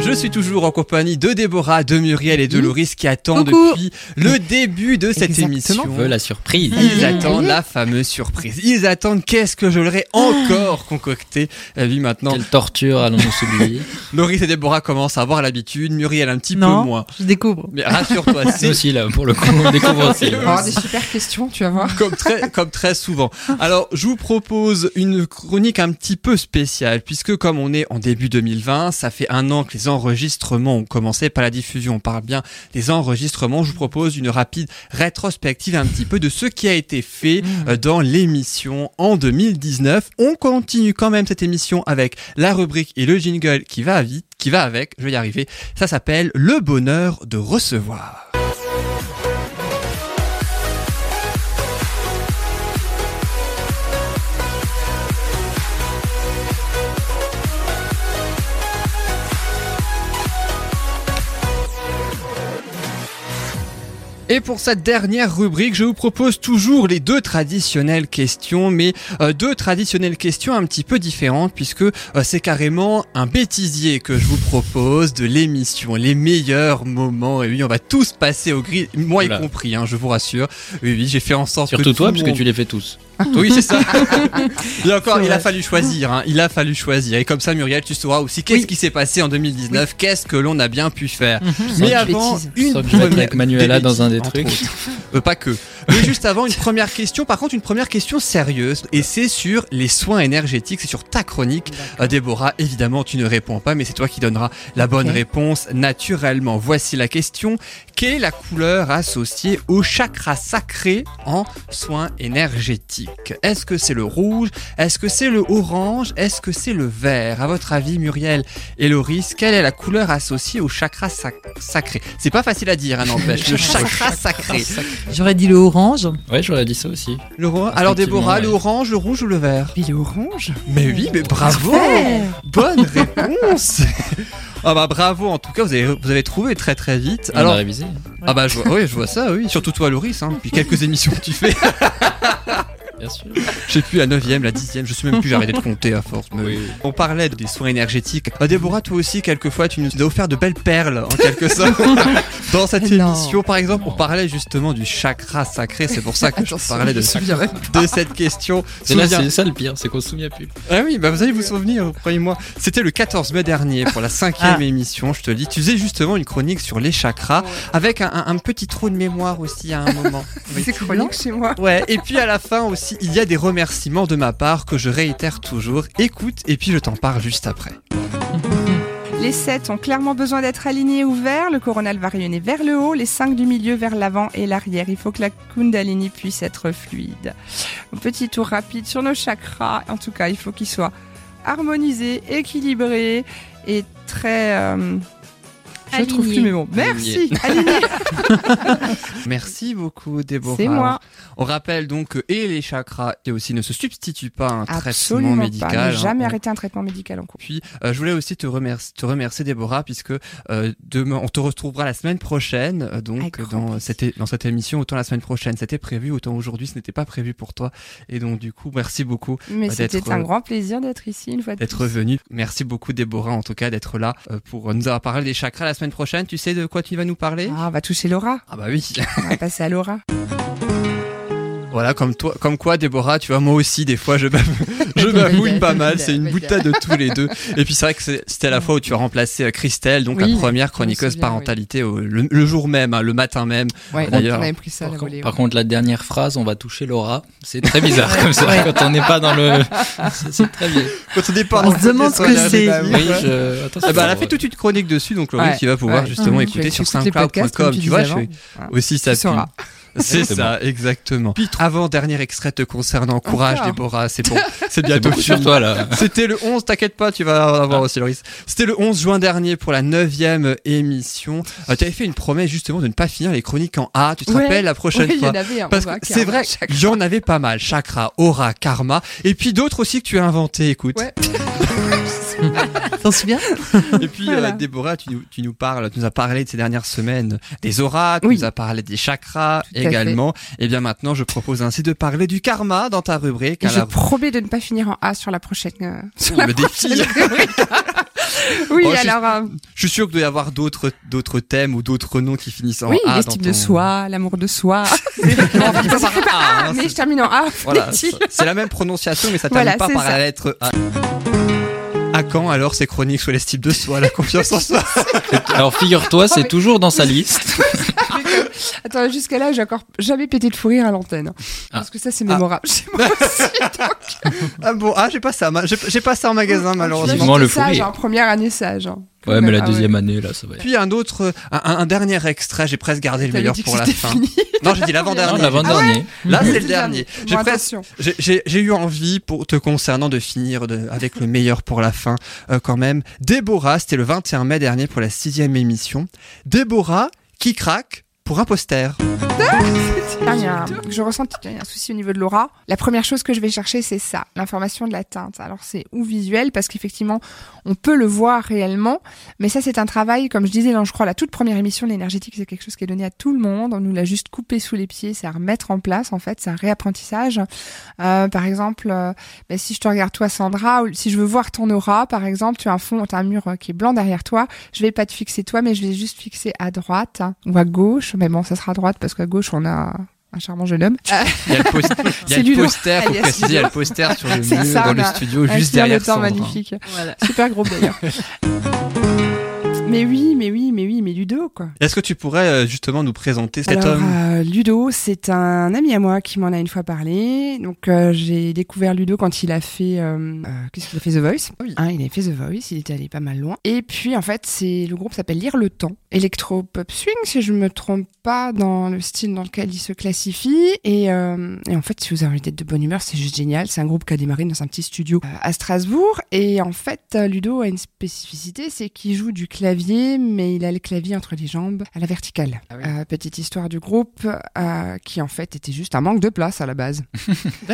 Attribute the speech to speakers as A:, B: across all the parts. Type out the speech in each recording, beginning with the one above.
A: Je suis toujours en compagnie de Déborah, de Muriel et de
B: Oui.
A: Loris qui attendent
B: Coucou.
A: depuis le début de cette
B: Exactement.
A: émission.
C: On veut la surprise.
A: Ils
B: Mmh.
A: attendent la fameuse surprise. Ils attendent qu'est-ce que je leur ai encore concocté. Et oui, maintenant,
C: Quelle torture allons-nous subir
A: Loris et Déborah commencent à avoir l'habitude, Muriel un petit
B: Non.
A: peu moins.
B: Je découvre.
A: Mais rassure-toi,
C: Nous
A: si
C: aussi, là, pour le coup, on découvre aussi.
D: On va avoir des super questions, tu vas
E: hein.
D: voir.
A: comme très, comme très souvent. Alors, je vous propose une chronique un petit peu spéciale, puisque comme on est en début 2020, ça fait un an que les enregistrements ont commencé, pas la diffusion, on parle bien des enregistrements. Je vous propose une rapide rétrospective un petit peu de ce qui a été fait euh, dans l'émission en 2019. On continue quand même cette émission avec la rubrique et le jingle qui va vite, qui va avec, je vais y arriver. Ça s'appelle Le bonheur de recevoir. Et pour cette dernière rubrique, je vous propose toujours les deux traditionnelles questions, mais euh, deux traditionnelles questions un petit peu différentes, puisque euh, c'est carrément un bêtisier que je vous propose de l'émission, les meilleurs moments. Et oui, on va tous passer au gris, moi
C: Oula.
A: y compris, hein, je vous rassure. Oui, oui, j'ai fait en sorte que
C: Surtout
A: tout
C: toi,
A: le
C: puisque
A: monde-
C: tu les fais tous.
A: Oui, c'est ça. il, a encore,
B: C'est
A: il a
B: vrai.
A: fallu choisir, hein, il a fallu choisir. Et comme ça, Muriel, tu sauras aussi qu'est-ce qui s'est passé en 2019, qu'est-ce que l'on a bien pu faire. Mais
C: que-
A: avant,
D: bêtises.
A: une
C: Sans que je mette
A: première-
C: avec Manuela
A: des
C: dans un des
A: bêtises,
C: trucs.
A: entre autres. Euh, pas que. Mais juste avant, une première question. Par contre, une première question sérieuse. Et c'est sur les soins énergétiques. C'est sur ta chronique. Euh, Déborah, évidemment, tu ne réponds pas, mais c'est toi qui donneras la bonne
D: Ok.
A: réponse naturellement. Voici la question. Quelle est la couleur associée au chakra sacré en soins énergétiques Est-ce que c'est le rouge Est-ce que c'est le orange Est-ce que c'est le vert À votre avis, Muriel et Loris, quelle est la couleur associée au chakra sac- sacré C'est pas facile à dire, hein, n'empêche. le chakra sacré.
B: J'aurais dit le orange.
C: Ouais, j'aurais dit ça aussi.
A: Le roi- Alors Déborah,
C: ouais.
A: le orange, le rouge ou le vert
D: Il est orange.
A: Mais oui, mais bravo Bonne réponse Ah bah bravo, en tout cas, vous avez, vous avez trouvé très très vite.
C: Alors, on a
A: Alors,
C: révisé.
A: ah bah je vois, oui, je vois ça, oui. Surtout toi, Loris, hein, depuis quelques émissions que tu fais.
C: Bien sûr.
A: Je sais plus, la 9ème, la 10ème, je sais même plus, j'ai arrêté de compter à force. mais-
C: Oui.
A: On parlait des soins énergétiques. Ah, Déborah, toi aussi, quelquefois, tu nous as offert de belles perles, en quelque sorte, dans cette
B: Non.
A: émission. Par exemple, on parlait justement du chakra sacré, c'est pour ça que je parlais de,
D: souviens même.
A: de cette question.
C: C'est là,
A: Souviens-
C: c'est ça le pire, c'est qu'on se souvient plus.
A: Ah oui, bah vous allez vous souvenir, croyez-moi. C'était le 14 mai dernier pour la cinquième
B: Ah.
A: émission, je te le dis. Tu faisais justement une chronique sur les chakras, avec un, un- un petit trou de mémoire aussi à un moment. Oui.
D: C'est chronique chez moi.
A: Ouais, et puis à la fin aussi, il y a des remerciements de ma part que je réitère toujours. Écoute, et puis je t'en parle juste après.
D: Les 7 ont clairement besoin d'être alignés ou verts. Le coronal va rayonner vers le haut, les 5 du milieu vers l'avant et l'arrière. Il faut que la Kundalini puisse être fluide. Un petit tour rapide sur nos chakras. En tout cas, il faut qu'ils soient harmonisés, équilibrés et très. euh, je trouve plus mes mots. Merci! alignés.
A: Merci beaucoup, Déborah.
D: C'est moi!
A: On rappelle donc que et les chakras et aussi ne se substituent pas à un traitement
D: Absolument
A: médical.
D: pas. Ne
A: hein.
D: jamais
A: On-
D: arrêter un traitement médical en cours.
A: Puis, euh, je voulais aussi te remercier, te remercier Déborah, puisque euh, demain, on te retrouvera la semaine prochaine, euh,
D: Avec
A: donc
D: grand
A: dans,
D: plaisir.
A: cette, é- dans cette émission, autant la semaine prochaine, c'était prévu, autant aujourd'hui, ce n'était pas prévu pour toi. Et donc, du coup, merci beaucoup
D: Mais
A: Bah, d'être,
D: c'était un
A: euh,
D: grand plaisir d'être ici une fois de
A: d'être
D: plus.
A: venue. Merci beaucoup, Déborah, en tout cas, d'être là euh, pour nous avoir parlé des chakras la semaine prochaine. Tu sais de quoi tu vas nous parler
D: Ah, on va toucher Laura.
A: Ah bah oui
D: On va passer à Laura.
A: Voilà, comme, toi, comme quoi, Déborah, tu vois, moi aussi, des fois, je bav- je bafouille pas mal. C'est une boutade de tous les deux. Et puis, c'est vrai que c'est- c'était la fois où tu as remplacé euh, Christelle, donc
D: Oui,
A: la première
D: me
A: chroniqueuse
D: souviens,
A: parentalité, au- le, le jour même, hein, le matin même.
D: Ouais,
A: D'ailleurs,
D: on avait pris ça à
C: Par,
D: la
C: contre,
D: volée.
C: par contre, la dernière phrase, on va toucher Laura. C'est très bizarre comme ça, quand on n'est pas dans le. C'est- C'est très bien.
A: Quand on départ,
B: On se demande ce que c'est.
C: Oui, je. Attention.
A: Eh ben, elle a fait toute une chronique dessus, donc Laurie,
D: Ouais,
A: tu vas pouvoir
D: ouais.
A: justement
D: Mhm.
A: écouter
D: Tu
A: sur
D: écoutes les podcasts, comme
A: soundcloud.com.
D: tu
A: Tu vois, je
D: disais
A: suis aussi ça pue.
D: sauras.
A: C'est
C: Exactement.
A: ça, exactement. Avant dernier extrait te concernant, courage,
D: Encore.
A: Déborah, c'est bon, c'est
C: C'est
A: bientôt
C: beaucoup sur
A: fini.
C: toi, là.
A: C'était le 11, t'inquiète pas, tu vas en avoir aussi, Loris. C'était le 11 juin dernier pour la 9ème émission. Euh, tu avais fait une promesse justement de ne pas finir les chroniques en A, tu te
D: Ouais.
A: rappelles la prochaine
D: Ouais, il y
A: fois
D: en avait un.
A: parce que
D: on va
A: c'est
D: carrément.
A: vrai, il y en avait pas mal. Chakra, aura, karma, et puis d'autres aussi que tu as inventé, écoute.
D: Ouais.
B: T'en souviens
A: Et puis,
D: Voilà.
A: euh, Déborah, tu, nous- tu nous parles, tu nous as parlé de ces dernières semaines des auras, tu
D: Oui.
A: nous as parlé des chakras
B: à fait.
A: également. Et bien maintenant, je propose ainsi de parler du karma dans ta rubrique.
D: Et
A: à
D: je
A: la-
D: promets de ne pas finir en A sur la prochaine. euh, sur la
A: le défi.
D: prochaine rubrique. oui,
A: Oh, je suis-
D: alors. euh,
A: Je suis sûr qu'il doit y avoir d'autres, d'autres thèmes ou d'autres noms qui finissent en
D: oui,
A: A.
D: l'estime
A: dans
D: de
A: ton-
D: soi, l'amour de soi.
A: Non, on finit pas par A, hein,
D: mais
A: c'est-
D: je termine en A.
A: Voilà,
D: fallait-il.
A: c'est la même prononciation, mais ça
D: Voilà,
A: termine pas
D: c'est
A: par
D: ça.
A: la lettre A. À quand alors ces chroniques sur l'estime de soi, la confiance en soi
C: Alors figure-toi,
D: Oh,
C: c'est
D: mais-
C: toujours dans sa liste.
D: Attends, jusqu'à là, j'ai encore jamais pété de fou rire à l'antenne. hein.
C: Ah.
D: Parce que ça, c'est mémorable. chez moi aussi.
A: Ah bon, ah j'ai pas ça, ma- j'ai j'ai pas ça en magasin
D: Ah,
A: malheureusement.
C: Vivement le
D: J'étais
C: fou
D: sage,
C: rire.
D: hein, première année sage. hein. Quand
C: Ouais, mais
D: même,
C: la
D: ah ouais.
C: deuxième année, là, ça va.
A: Puis un autre, un, un- un dernier extrait, j'ai presque gardé le
D: T'avais
A: meilleur
D: dit que
A: pour la
D: c'était
A: fin.
D: fini. Ah
A: Non, j'ai dit l'avant-dernier. Ah
C: Non, l'avant-dernier.
A: Là, c'est le
D: Bon,
A: dernier. J'ai presque-
D: attention.
A: J'ai- J'ai j'ai eu envie, pour te concernant, de finir de- avec le meilleur pour la fin, euh, quand même. Déborah, c'était le 21 mai dernier pour la sixième émission. Déborah qui craque pour un poster.
D: Là, Ah, il y a un- je ressens qu'il y a un souci au niveau de l'aura. La première chose que je vais chercher, c'est ça, l'information de la teinte. Alors c'est ou visuel, parce qu'effectivement, on peut le voir réellement, mais ça c'est un travail, comme je disais dans, je crois, la toute première émission, l'énergétique, c'est quelque chose qui est donné à tout le monde. On nous l'a juste coupé sous les pieds, c'est à remettre en place, en fait, c'est un réapprentissage. Euh, par exemple, euh, ben, si je te regarde toi, Sandra, ou si je veux voir ton aura, par exemple, tu as un fond, tu as un mur euh, qui est blanc derrière toi, je vais pas te fixer toi, mais je vais juste fixer à droite hein, ou à gauche. Mais bon, ça sera à droite parce qu'à gauche, on a un charmant jeune homme.
A: Il y a le, post- il y a le
D: Ludo.
A: poster, faut
D: Alias
A: préciser, il y a le poster sur le
D: C'est
A: mur
D: ça,
A: dans
D: on
A: le
D: a
A: studio,
D: Un
A: juste
D: client de
A: derrière
D: temps
A: Sandra.
D: magnifique.
B: Voilà.
D: Super gros d'ailleurs. mais oui, mais oui, mais oui, mais Ludo quoi.
A: Est-ce que tu pourrais euh, justement nous présenter cet
D: Alors,
A: homme
D: euh, Ludo, c'est un ami à moi qui m'en a une fois parlé. Donc, euh, j'ai découvert Ludo quand il a fait. euh, euh, Qu'est-ce qu'il a fait The Voice
A: Oui.
D: Hein, Il a fait The Voice, il était allé pas mal loin. Et puis, en fait, c'est le groupe s'appelle Lire le Temps. Electro Pop Swing, si je me trompe pas, dans le style dans lequel il se classifie. Et, euh, et en fait, si vous avez envie d'être de bonne humeur, c'est juste génial. C'est un groupe qui a démarré dans un petit studio euh, à Strasbourg. Et en fait, euh, Ludo a une spécificité c'est qu'il joue du clavier, mais il a le clavier entre les jambes à la verticale.
A: Ah oui.
D: Euh, petite histoire du groupe euh, qui, en fait, était juste un manque de place à la base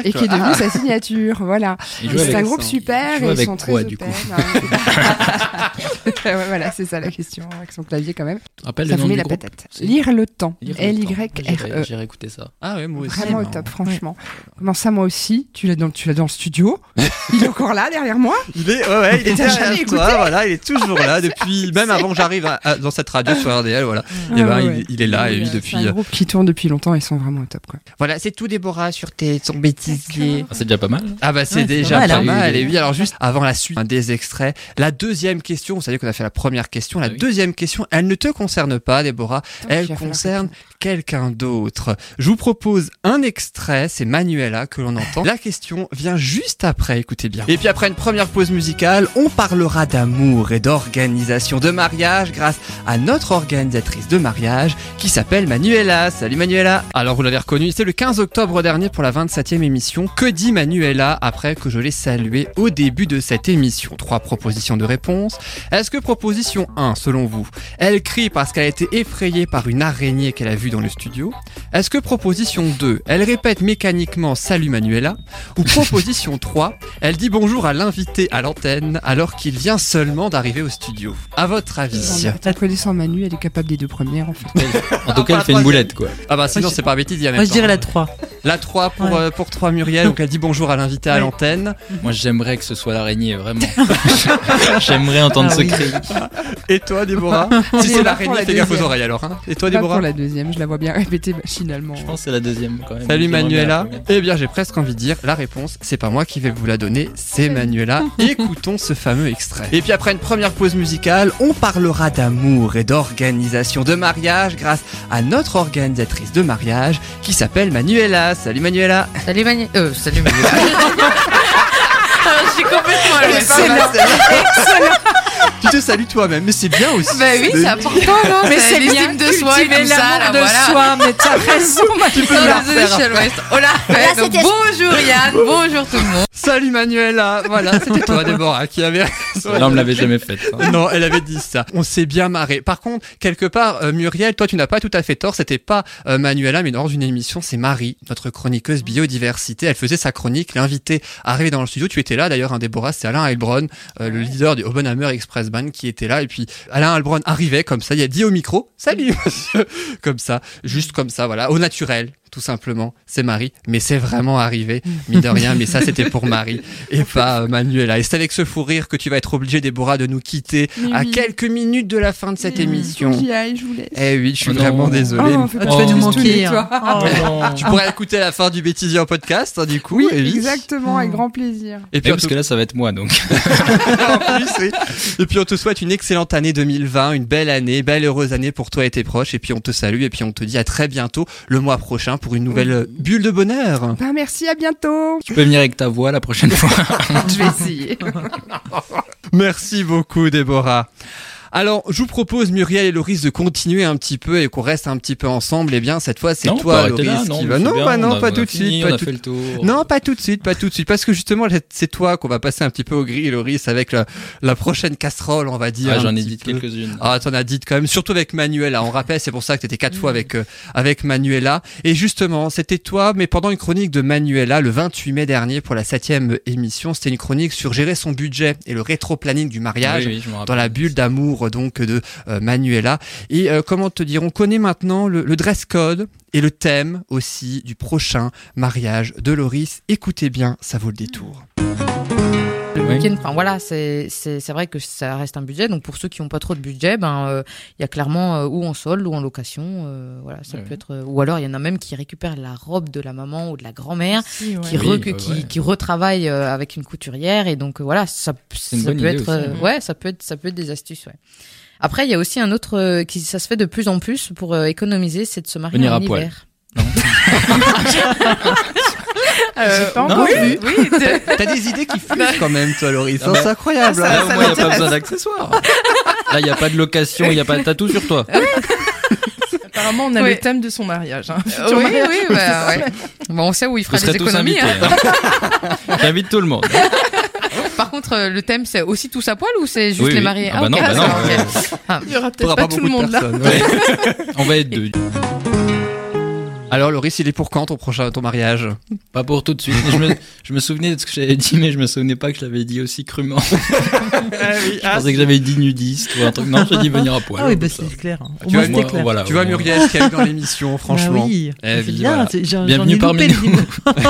D: et qui est devenu sa signature. Voilà.
C: Ah. Il
D: Et
C: joue
D: C'est
C: avec-
D: un groupe
A: ça.
D: super
C: Il joue
D: et ils
C: avec
D: sont très
C: quoi,
D: open.
C: du coup
D: hein. Ouais, voilà, c'est ça la question, avec son clavier quand même.
C: Rappelle le
D: ça vous
C: nom
D: met
C: du
D: la
C: groupe.
D: patate.
C: C'est-
D: Lire le temps.
C: Lire le temps.
D: L-Y-R-E.
C: J'ai réécouté ça.
A: Ah ouais, moi aussi.
D: E. Vraiment au
A: mais-
D: top, franchement. Comment ça, moi aussi Tu l'as dans, tu l'as dans le studio Il est encore là, derrière moi
A: Il est, ouais, ouais, il est
D: T'as
A: derrière
D: jamais
A: toi, voilà, il est toujours là depuis, même avant que j'arrive à- à- dans cette radio sur RDL, voilà. Et
D: Ah
A: ben,
D: ouais, ouais.
A: il, il est là et
B: Oui,
A: lui
B: euh,
A: depuis.
D: C'est un groupe qui tourne depuis longtemps, ils sont vraiment au top. Quoi.
A: Voilà, c'est tout Déborah sur tes son bêtisier.
C: Ah, C'est déjà pas mal.
A: Ah bah c'est
B: Ouais, c'est
A: déjà
B: pas mal,
A: pas
B: hein.
A: mal. Et oui, alors juste avant la suite, un des extraits, la deuxième question, c'est-à-dire qu'on a fait la première question, la
C: Ah oui.
A: deuxième question, elle ne te concerne pas Déborah,
D: il
A: elle
D: va falloir
A: concerne quelqu'un d'autre. Je vous propose un extrait, c'est Manuela que l'on entend. La question vient juste après, écoutez bien. Et puis après une première pause musicale, on parlera d'amour et d'organisation de mariage grâce à notre organisatrice de mariage qui s'appelle Manuela. Salut Manuela Alors vous l'avez reconnu, c'est le 15 octobre dernier pour la 27e émission. Que dit Manuela après que je l'ai saluée au début de cette émission Trois propositions de réponse. Est-ce que proposition 1, selon vous, elle crie parce qu'elle a été effrayée par une araignée qu'elle a vue dans le studio Est-ce que proposition 2, elle répète mécaniquement Salut Manuela Ou proposition 3, elle dit bonjour à l'invité à l'antenne alors qu'il vient seulement d'arriver au studio À votre avis
D: T'as connaissant Manu, elle est capable des deux premières en fait.
C: En tout cas, elle fait une boulette, quoi.
A: Ah bah sinon
B: je-
A: c'est pas bêtise, il y a même
B: Moi, je
A: temps.
B: dirais la 3.
A: La 3 pour,
B: Ouais.
A: euh, pour 3 Muriel, donc elle dit bonjour à l'invité à
B: Ouais.
A: l'antenne.
C: Moi, j'aimerais que ce soit l'araignée, vraiment. j'aimerais entendre
B: Ah
C: ce
B: oui.
C: cri.
A: Et toi Déborah Si
D: Et
A: c'est
D: pas pour
A: l'araignée,
D: la
A: fais gaffe aux
D: deuxième.
A: oreilles alors. hein. Et toi
D: Pas pour
A: Déborah
D: la deuxième, je la vois bien répéter machinalement.
C: Je pense que c'est la deuxième, quand même.
A: Salut
C: J'aimerais bien la
A: Manuela.
C: première.
A: Eh bien j'ai presque envie de dire la réponse, c'est pas moi qui vais vous la donner, c'est Manuela. Écoutons ce fameux extrait. Et puis après une première pause musicale, on parlera d'amour et d'organisation de mariage grâce à notre organisatrice de mariage qui s'appelle Manuela. Salut Manuela.
B: Salut Manu. Euh, salut Manu. Je suis complètement à l'ouest.
A: Excellent. Tu te salues toi-même, mais c'est bien aussi.
B: Bah oui, c'est important, non
D: Mais c'est bien
B: l'estime de soi et
D: cultiver
B: tout ça, là,
D: l'amour de
B: voilà.
D: soi, mais t'as raison, ma
A: Tu peux
B: Oh,
A: le
B: la
A: refaire.
B: Michel West. Oh là,
F: Là,
B: donc
F: c'était-
B: bonjour Yann, bonjour tout le monde.
A: Salut Manuela, voilà, c'était toi Déborah qui avait raison.
C: Là, on me l'avait jamais hein. fait.
A: Non, elle avait dit ça. On s'est bien marré. Par contre, quelque part, euh, Muriel, toi, tu n'as pas tout à fait tort. C'était pas euh, Manuela, mais lors d'une émission, c'est Marie, notre chroniqueuse biodiversité. Elle faisait sa chronique. L'invité arrivait dans le studio. Tu étais là, d'ailleurs, un Déborah, c'est Alain Heilbronn, euh, le leader du Oppenheimer Express Band, qui était là. Et puis, Alain Heilbronn arrivait comme ça. Il a dit au micro, salut, monsieur, comme ça, juste comme ça, voilà, au naturel. Tout simplement, c'est Marie, mais c'est vraiment arrivé, mine de rien, mais ça c'était pour Marie et pas euh, Manuela. Et c'est avec ce fou rire que tu vas être obligé, Déborah, de nous quitter
D: Mais
A: à
D: oui.
A: quelques minutes de la fin de cette
D: Mais oui,
A: émission.
D: Mmh. faut qu'il aille, je vous laisse.
A: Eh oui, je suis
C: Oh non.
A: vraiment désolé.
D: Oh, fais pas
C: Oh.
D: de
C: Tu vas nous
D: tristounet,
B: manquer,
D: toi.
A: Oh Tu pourrais écouter la fin du bêtisier en podcast, hein, du coup.
D: Oui,
A: eh
D: exactement, avec
B: Mm.
D: grand plaisir.
A: Et puis, en
C: Mais Eh, parce
A: tout-
C: que là, ça va être moi, donc.
A: en plus, oui. et puis on te souhaite une excellente année 2020, une belle année, belle heureuse année pour toi et tes proches. Et puis on te salue et puis on te dit à très bientôt le mois prochain pour une nouvelle euh, bulle de bonheur.
D: Bah, merci, à bientôt.
C: Tu peux venir avec ta voix la prochaine fois.
B: Je vais essayer.
A: Merci beaucoup, Déborah. Alors, je vous propose, Muriel et Loris, de continuer un petit peu et qu'on reste un petit peu ensemble. Eh bien, cette fois, c'est
C: Non, on peut
A: toi,
C: arrêter
A: Loris,
C: là,
A: qui
C: mais
A: va.
C: c'est
A: Non,
C: bien,
A: bah
C: on
A: non,
C: a-
A: pas
C: on a
A: tout de
C: fini,
A: suite.
C: On
A: Pas
C: a
A: tout...
C: fait le tour. Ah,
A: Non, pas tout de suite, pas tout de suite. Parce que justement, c'est toi qu'on va passer un petit peu au gris, Loris, avec la, la prochaine casserole, on va dire.
C: Ah,
A: un
C: J'en ai
A: petit
C: dit
A: peu.
C: quelques-unes.
A: Ah, t'en as dit quand même, surtout avec Manuela. On rappelle, c'est pour ça que t'étais quatre fois avec, euh, avec Manuela. Et justement, c'était toi, mais pendant une chronique de Manuela, le 28 mai dernier, pour la septième émission, c'était une chronique sur gérer son budget et le rétro-planning du mariage.
C: Oui, oui, je me rappelle.
A: Dans la bulle d'amour donc de euh, Manuela et euh, comment te dire on connaît maintenant le, le dress code et le thème aussi du prochain mariage de Loris écoutez bien ça vaut le détour
B: Le
C: Oui.
B: week-end, enfin voilà, c'est- c'est c'est vrai que ça reste un budget. Donc pour ceux qui n'ont pas trop de budget, ben euh, il y a clairement euh, ou en solde ou en location, euh, voilà, ça
C: Ouais.
B: peut être. euh, ou alors il y en a même qui récupèrent la robe de la maman ou de la grand-mère,
C: Oui,
B: qui, re-
C: ouais,
B: qui,
C: ouais.
B: qui retravaille euh, avec une couturière et donc euh, voilà, ça,
C: une
B: ça
C: bonne
B: peut
C: idée
B: être,
C: aussi,
B: euh,
C: ouais.
B: ouais, ça peut être, ça peut être des astuces, ouais. Après il y a aussi un autre euh, qui ça se fait de plus en plus pour euh, économiser, c'est de se marier
C: Venir
B: en
C: à poil.
B: hiver.
C: Non.
E: Euh,
D: J'ai pas
B: non,
D: encore vu.
B: oui, de-
A: t'as des idées qui fusent quand même toi Loris
C: Ah bah-
A: c'est incroyable hein.
C: Là, au moins, il n'y a pas besoin d'accessoires. Là, il n'y a pas de location, il n'y a pas de tatou sur toi.
E: Apparemment, on a
B: Ouais.
E: le thème de son mariage. hein.
B: oui, oui, bah, ouais. Bon, on sait où il
C: On
B: fera des
C: serait tous
B: économies.
C: invités.
B: hein.
C: hein. J'invite tout le monde.
B: Par contre, euh, le thème, c'est aussi tous à poil ou c'est juste
C: Oui,
B: les
C: oui.
B: mariés
C: Ah bah non,
B: ok,
C: bah non,
B: d'accord,
C: ouais.
B: ok.
E: Il y aura
A: T'auras
E: peut-être pas, tout le
A: beaucoup de
E: monde là.
A: personnes, ouais.
C: Ouais. On va être deux.
A: Alors Loris, il est pour quand ton prochain ton mariage
C: Pas pour tout de suite. mais Je me, je me souvenais de ce que j'avais dit, mais je me souvenais pas que je l'avais dit aussi crûment.
B: Ah
C: Je pensais que j'avais dit nudiste ou un truc. Non, j'ai dit venir à poil.
E: Ah oui, bah
C: comme
E: c'est
C: ça.
E: clair. hein. Au
A: Tu vois,
E: moins, c'était
C: moi,
E: clair.
C: voilà,
A: Tu vois
C: au moins.
A: Muriel qui a eu dans l'émission franchement.
E: Bah oui,
C: Eh,
E: c'est
C: puis
E: bien.
C: voilà.
E: c'est- j'en-
C: Bienvenue
E: j'en ai
C: parmi
E: loupé le-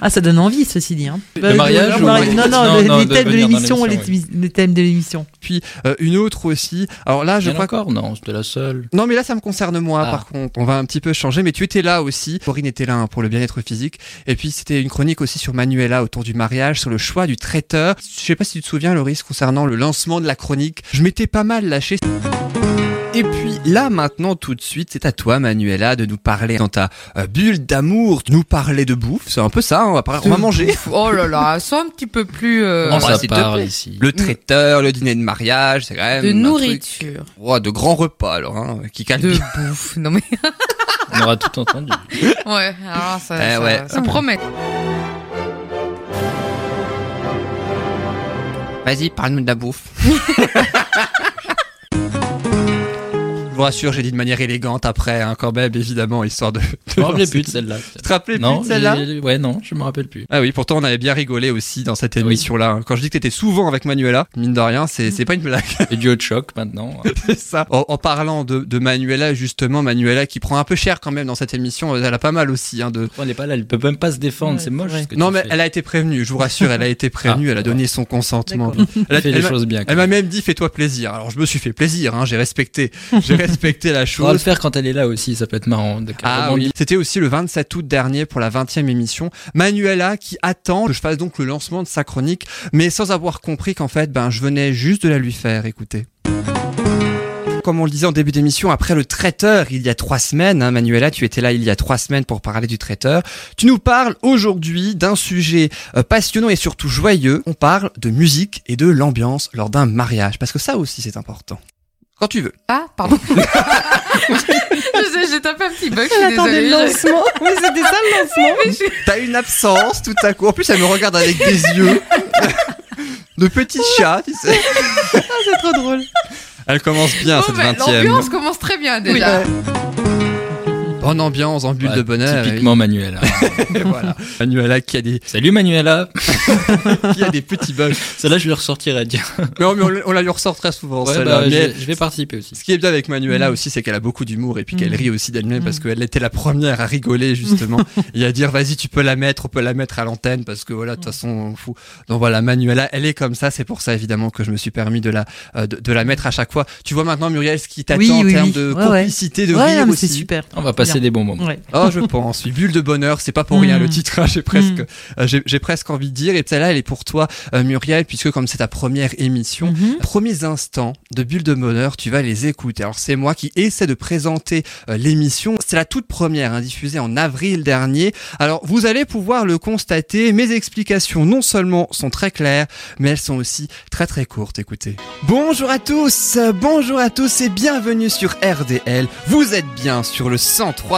E: ah, ça donne envie, ceci dit. hein. Bah,
C: mariage
E: le
C: ou-
E: Non, non,
C: Non,
E: les,
C: non,
E: les
C: de
E: thèmes de
C: venir dans
E: l'émission, les,
C: l'émission,
E: les thèmes de l'émission.
A: Euh, une autre aussi. Alors là,
C: Il
A: je
C: y en a
A: crois que
C: encore Non, c'était la seule.
A: Non, mais là, ça me concerne moi,
C: Ah.
A: par contre. On va un petit peu changer, mais tu étais là aussi. Corinne était là hein, pour le bien-être physique. Et puis, c'était une chronique aussi sur Manuela autour du mariage, sur le choix du traiteur. Je sais pas si tu te souviens, Loris, concernant le lancement de la chronique. Je m'étais pas mal lâché. Et puis là maintenant tout de suite, c'est à toi Manuela de nous parler dans ta euh, bulle d'amour, de nous parler de bouffe, c'est un peu ça, hein, on va, parler- on va manger.
B: Oh là là, sois un petit peu plus euh,
A: Oh, bah,
C: ça
A: s'il te
C: part
A: plaît.
C: ici.
A: Le traiteur, le dîner de mariage, c'est quand même
B: Mm. de
A: un truc-
B: nourriture,
A: Oh, de grands repas alors, hein, qui calme
B: de
A: bien.
B: bouffe. Non mais
C: On aura tout entendu.
B: ouais, alors ça,
A: Eh
B: ça,
A: ouais.
B: ça promet.
A: Vas-y, parle-nous de la bouffe. Je vous rassure, j'ai dit de manière élégante après, hein, quand même, évidemment, histoire de.
C: Je me rappelais plus de celle-là.
A: Tu te rappelais
C: Non,
A: plus de celle-là
C: j'ai- ouais, non, je me rappelle plus.
A: Ah oui, pourtant on avait bien rigolé aussi dans cette émission-là. hein. Quand je dis que t'étais souvent avec Manuela, mine de rien, c'est c'est pas une blague,
C: Et du haut de choc maintenant.
A: c'est
C: Ah.
A: ça. En, en parlant de, de Manuela, justement, Manuela qui prend un peu cher quand même dans cette émission, elle a pas mal aussi hein, de,
C: On n'est pas là, elle peut même pas se défendre,
E: Ouais,
C: c'est moche.
E: ouais.
C: ce que
A: Non,
C: tu
A: mais
C: fais.
A: elle a été prévenue, je vous rassure, elle a été prévenue,
C: Ah,
A: elle a donné son consentement.
E: D'accord.
A: Elle, a-
C: fait
A: elle
C: les
A: m'a-
C: choses bien.
A: elle m'a même dit fais-toi plaisir. Alors je me suis fait plaisir, hein, j'ai respecté, j'ai respecté la
C: On va le
A: chose.
C: faire quand elle est là aussi, ça peut être marrant. de-
A: Ah
C: rebondir.
A: oui. C'était aussi le 27 août dernier pour la 20e émission. Manuela qui attend que je fasse donc le lancement de sa chronique, mais sans avoir compris qu'en fait, ben, je venais juste de la lui faire écouter. Comme on le disait en début d'émission, après le traiteur, il y a trois semaines, hein, Manuela, tu étais là il y a trois semaines pour parler du traiteur. Tu nous parles aujourd'hui d'un sujet euh, passionnant et surtout joyeux. On parle de musique et de l'ambiance lors d'un mariage, parce que ça aussi c'est important. Quand tu veux.
B: Ah, pardon. Je sais, J'ai tapé un petit bug, je suis
E: Elle attendait
B: désolée.
E: le lancement. Oui, c'était ça le lancement.
A: T'as une absence tout à coup. En plus, elle me regarde avec des yeux de petit chat, tu sais.
E: Ah, c'est trop drôle.
A: Elle commence bien
B: Bon,
A: cette
B: bah,
A: vingtième.
B: L'ambiance commence très bien déjà.
A: Bonne ambiance en bulle
C: Ouais,
A: de bonheur.
C: Typiquement Manuela.
A: Et voilà. Manuela qui a des,
C: Salut Manuela.
A: qui a des petits bugs.
C: Celle-là, je lui ressortirai. tiens.
A: Non, mais on, on la lui ressort très souvent,
C: Ouais,
A: celle-là.
C: bah,
A: Mais
C: je, je vais participer aussi.
A: ce qui est bien avec Manuela aussi, c'est qu'elle a beaucoup d'humour et puis qu'elle
E: Mm.
A: rit aussi d'elle-même
E: Mm.
A: parce qu'elle était la première à rigoler, justement, et à dire vas-y, tu peux la mettre, on peut la mettre à l'antenne parce que voilà, de toute
E: Mm.
A: façon, on fout. Donc voilà, Manuela, elle est comme ça. C'est pour ça, évidemment, que je me suis permis de la, euh, de, de la mettre à chaque fois. Tu vois maintenant, Muriel, ce qui t'attend
E: Oui,
A: en
E: oui,
A: termes
E: oui.
A: de
E: Ouais, ouais.
A: complicité, de
E: Ouais,
A: rire
E: non, mais
A: aussi.
E: c'est super.
C: On va passer
E: Bien.
C: des bons moments.
E: Ouais.
A: Oh, je pense. Oui, bulle de bonheur, c'est pas pour rien.
E: Mm.
A: Le titrage, j'ai presque, euh, j'ai j'ai presque envie de dire. Et celle-là, elle est pour toi, euh, Muriel, puisque comme c'est ta première émission,
E: Mhm.
A: premiers instants de bulle de bonheur, tu vas les écouter. Alors c'est moi qui essaie de présenter euh, l'émission. C'est la toute première, hein, diffusée en avril dernier. Alors vous allez pouvoir le constater. Mes explications non seulement sont très claires, mais elles sont aussi très très courtes. Écoutez. Bonjour à tous, euh, bonjour à tous et bienvenue sur RDL. Vous êtes bien sur le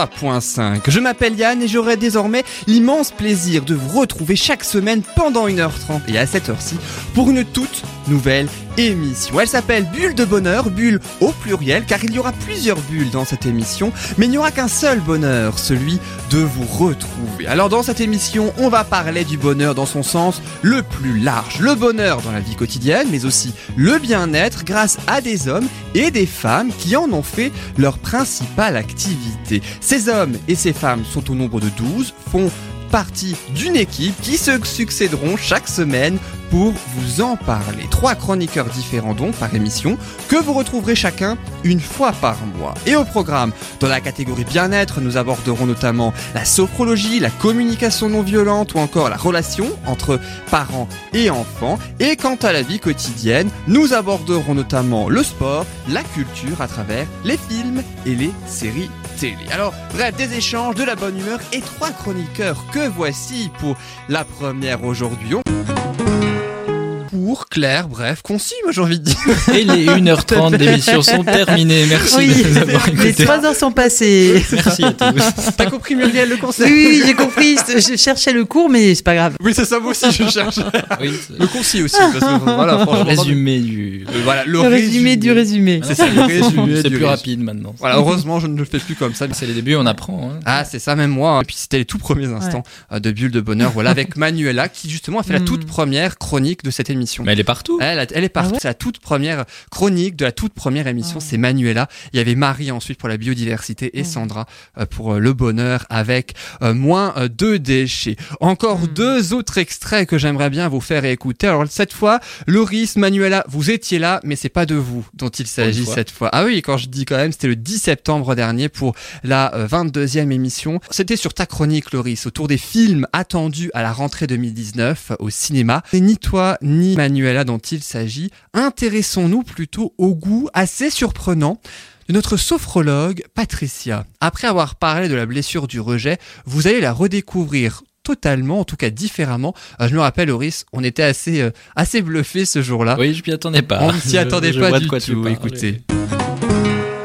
A: 103.5. Je m'appelle Yann et j'aurai désormais l'immense plaisir de vous retrouver chaque semaine pendant 1h30 et à cette heure-ci pour une toute nouvelle émission. Elle s'appelle Bulle de bonheur, bulle au pluriel, car il y aura plusieurs bulles dans cette émission, mais il n'y aura qu'un seul bonheur, celui de vous retrouver. Alors dans cette émission, on va parler du bonheur dans son sens le plus large, le bonheur dans la vie quotidienne, mais aussi le bien-être grâce à des hommes et des femmes qui en ont fait leur principale activité. Ces hommes et ces femmes sont au nombre de 12, font partie d'une équipe qui se succéderont chaque semaine pour vous en parler. Trois chroniqueurs différents donc par émission que vous retrouverez chacun une fois par mois. Et au programme, dans la catégorie bien-être, nous aborderons notamment la sophrologie, la communication non violente ou encore la relation entre parents et enfants. Et quant à la vie quotidienne, nous aborderons notamment le sport, la culture à travers les films et les séries télé. Alors, bref, des échanges, de la bonne humeur et trois chroniqueurs que voici pour la première aujourd'hui. On- Court, clair, bref, concis, moi j'ai envie de dire.
C: Et les 1h30 d'émission sont terminées. Merci
E: Oui,
C: de nous avoir
E: les
C: écoutés.
E: trois heures sont passées.
C: Merci à tous.
A: T'as compris Muriel le concept
E: Oui, oui, j'ai compris. Je cherchais le cours, mais c'est pas grave.
A: Oui, c'est ça, moi aussi je cherche.
C: Oui, c'est-
A: Le concis aussi, parce que voilà, franchement.
C: Résumé du.
A: Euh, voilà, le,
E: Le résumé du résumé.
A: C'est ça, le résumé
C: C'est
A: du résumé.
C: plus rapide maintenant.
A: Voilà, heureusement, je ne le fais plus comme ça.
C: C'est les débuts, on apprend. hein.
A: Ah, c'est ça, même moi. Et puis c'était les tout premiers instants euh, de Bulle de Bonheur, voilà, avec Manuela, qui justement a fait la
E: Mm.
A: toute première chronique de cette émission.
C: Mais elle est partout.
A: Elle, a- elle est partie.
E: Ah ouais
A: c'est la toute première chronique de la toute première émission.
E: Ah.
A: C'est Manuela. Il y avait Marie ensuite pour la biodiversité et
E: Mm.
A: Sandra euh, pour euh, le bonheur avec euh, moins euh, de déchets. Encore
E: Mm.
A: deux autres extraits que j'aimerais bien vous faire écouter. Alors cette fois, Loris, Manuela, vous étiez là, mais c'est pas de vous dont il s'agit
C: fois.
A: cette fois. Ah oui, quand je dis quand même, c'était le 10 septembre dernier pour la euh, 22e émission. C'était sur ta chronique, Loris, autour des films attendus à la rentrée 2019 au cinéma. C'est ni toi ni Manuela dont il s'agit. Intéressons-nous plutôt au goût assez surprenant de notre sophrologue Patricia. Après avoir parlé de la blessure du rejet, vous allez la redécouvrir totalement, en tout cas différemment. Euh, je me rappelle, Loris, on était assez, euh, assez bluffé ce jour-là.
C: Oui, je m'y attendais pas.
A: On ne s'y
C: Je-
A: attendait
C: je
A: pas
C: vois
A: du
C: de quoi tu
A: tout,
C: parles.
A: écoutez.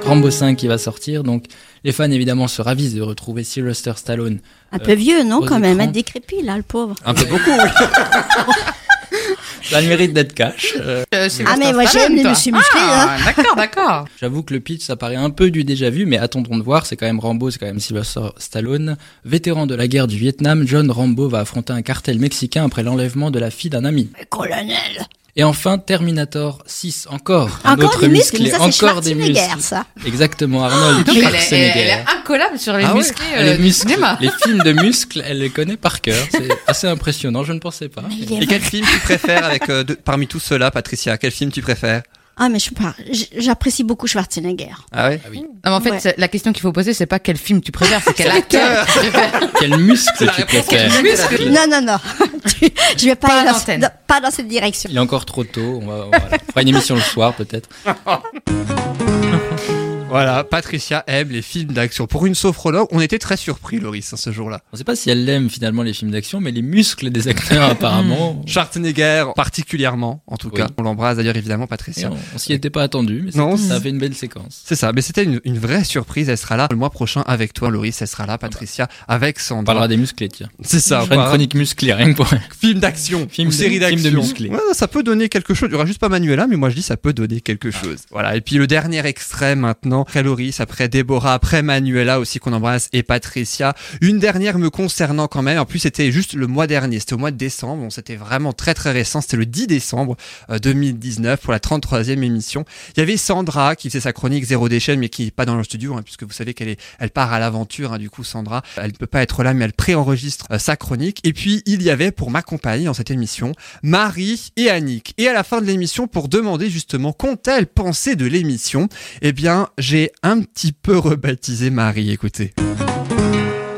C: Rambo 5 qui va sortir, donc les fans évidemment se ravissent de retrouver Sylvester Stallone.
F: Un peu vieux, non,
C: aux
F: quand même,
C: écrans.
F: hein, décrépit, là, le pauvre.
A: Un peu beaucoup, oui.
C: Ça a le mérite d'être cash. Euh,
B: Euh, Sylvester
F: Ah, mais moi,
B: Stallone,
F: j'aime les
B: toi.
F: messieurs musclés, hein.
B: Ah, d'accord, d'accord.
C: J'avoue que le pitch, ça paraît un peu du déjà vu, mais attendons de voir, c'est quand même Rambo, c'est quand même Sylvester Stallone. Vétéran de la guerre du Vietnam, John Rambo va affronter un cartel mexicain après l'enlèvement de la fille d'un ami.
F: Mais hein. colonel.
C: Et enfin, Terminator 6, encore un
F: Encore
C: autre
F: des muscles, mais
C: musclé,
F: ça, c'est
C: encore des
F: Schwarzenegger,
C: muscles.
F: ça.
C: Exactement, Arnold
B: Donc elle est,
C: Schwarzenegger.
B: elle est incollable sur les
A: Ah ouais,
B: musclés
C: Elle
B: euh,
C: est
B: du
C: muscle.
B: cinéma.
C: Les films de muscles, elle les connaît par cœur. C'est assez impressionnant, je ne pensais pas.
F: Mais il
A: Et
F: est
A: quel film tu préfères avec, euh, de- parmi tout cela, Patricia Quel film tu préfères
F: Ah, mais je sais pas. j- J'apprécie beaucoup Schwarzenegger.
A: Ah ouais
B: Non, mais en fait,
F: Ouais.
B: c'est- la question qu'il faut poser, c'est pas quel film tu préfères, c'est quel acteur tu préfères.
C: Quel muscle tu préfères
F: Non, non, non. Tu- je vais pas,
B: Pas à
F: aller dans,
B: l'antenne.
F: dans- pas dans cette direction.
C: Il est encore trop tôt. On, va, on va- on fera une émission le soir peut-être.
A: Voilà, Patricia aime les films d'action. Pour une sophrologue, on était très surpris, Loris, hein, ce jour-là.
C: On ne sait pas si elle aime finalement les films d'action, mais les muscles des acteurs apparemment.
A: Schwarzenegger, particulièrement, en tout
C: Oui.
A: cas. On l'embrasse d'ailleurs, évidemment,
C: Et
A: Patricia.
C: on on s'y était pas attendu, mais
A: Non,
C: c'était-
A: c'est-
C: ça avait une belle séquence.
A: C'est ça, mais c'était une, une vraie surprise. Elle sera là le mois prochain avec toi, Loris. Elle sera là, Patricia, avec
C: On
A: Sandra.
C: parlera des musclés, tiens.
A: Ah bah. C'est ça, on
C: Je ferai une
A: parlera-
C: chronique musclée, rien que pour elle.
A: film d'action
C: Film
A: ou
C: de-
A: série
C: film de
A: d'action.
C: musclé.
A: Ouais, ça peut donner quelque chose. Il y aura juste pas Manuela, mais moi je dis ça peut donner quelque
C: Ah.
A: chose. Voilà. Et puis le dernier extrait maintenant, après Loris, après Déborah, après Manuela aussi qu'on embrasse et Patricia. Une dernière me concernant quand même. En plus, c'était juste le mois dernier. C'était au mois de décembre. Bon, c'était vraiment très très récent. C'était le 10 décembre euh, 2019 pour la 33e émission. Il y avait Sandra qui faisait sa chronique Zéro déchet, mais qui n'est pas dans le studio, hein, puisque vous savez qu'elle est, elle part à l'aventure. hein, du coup, Sandra, elle ne peut pas être là, mais elle préenregistre euh, sa chronique. Et puis, il y avait pour m'accompagner dans cette émission Marie et Annick. Et à la fin de l'émission, pour demander justement qu'ont-elles pensé de l'émission, eh bien, j'ai un petit peu rebaptisé Marie. Écoutez.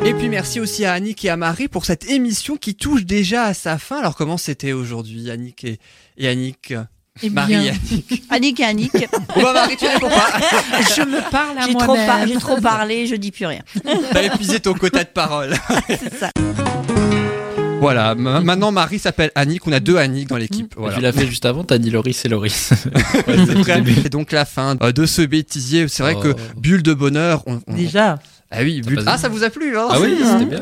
A: Et puis merci aussi à Annick et à Marie pour cette émission qui touche déjà à sa fin. Alors comment c'était aujourd'hui, Annick et, et Annick euh, Marie et Annick.
G: Annick et Annick,
A: Bon bah Marie, tu réponds pas.
B: Je me parle à
G: j'ai trop, par- j'ai trop parlé, je dis plus rien.
A: T'as épuisé ton quota de parole.
G: C'est ça.
A: Voilà, ma- maintenant Marie s'appelle Annick, on a deux Annick dans l'équipe. Voilà.
C: Tu l'as fait juste avant, t'as dit Loris et Loris.
A: C'est donc la fin euh, de ce bêtisier. C'est vrai que
C: Oh.
A: Bulle de Bonheur. on- on-
E: Déjà.
A: Ah oui, Bulle.
C: passe
A: Ah,
C: bien.
A: ça vous a plu, hein
C: Ah oui,
A: c'est-
C: c'était bien.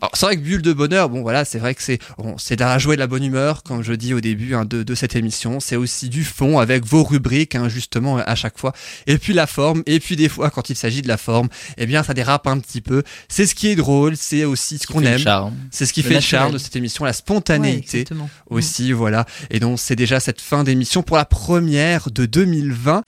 A: Alors, c'est vrai que Bulle de Bonheur, bon voilà, c'est vrai que c'est on- c'est de la joie et de la bonne humeur, comme je dis au début hein, de, de cette émission. C'est aussi du fond avec vos rubriques, hein, justement, à chaque fois. Et puis la forme, et puis des fois, quand il s'agit de la forme, eh bien, ça dérape un petit peu. C'est ce qui est drôle, c'est aussi ce qu'on
C: Fait le
A: aime.
C: charme.
A: C'est ce qui
C: Le
A: fait le
C: naturel.
A: charme de cette émission, la
E: Ouais,
A: spontanéité
E: exactement.
A: aussi, voilà. Et donc c'est déjà cette fin d'émission pour la première de 2020.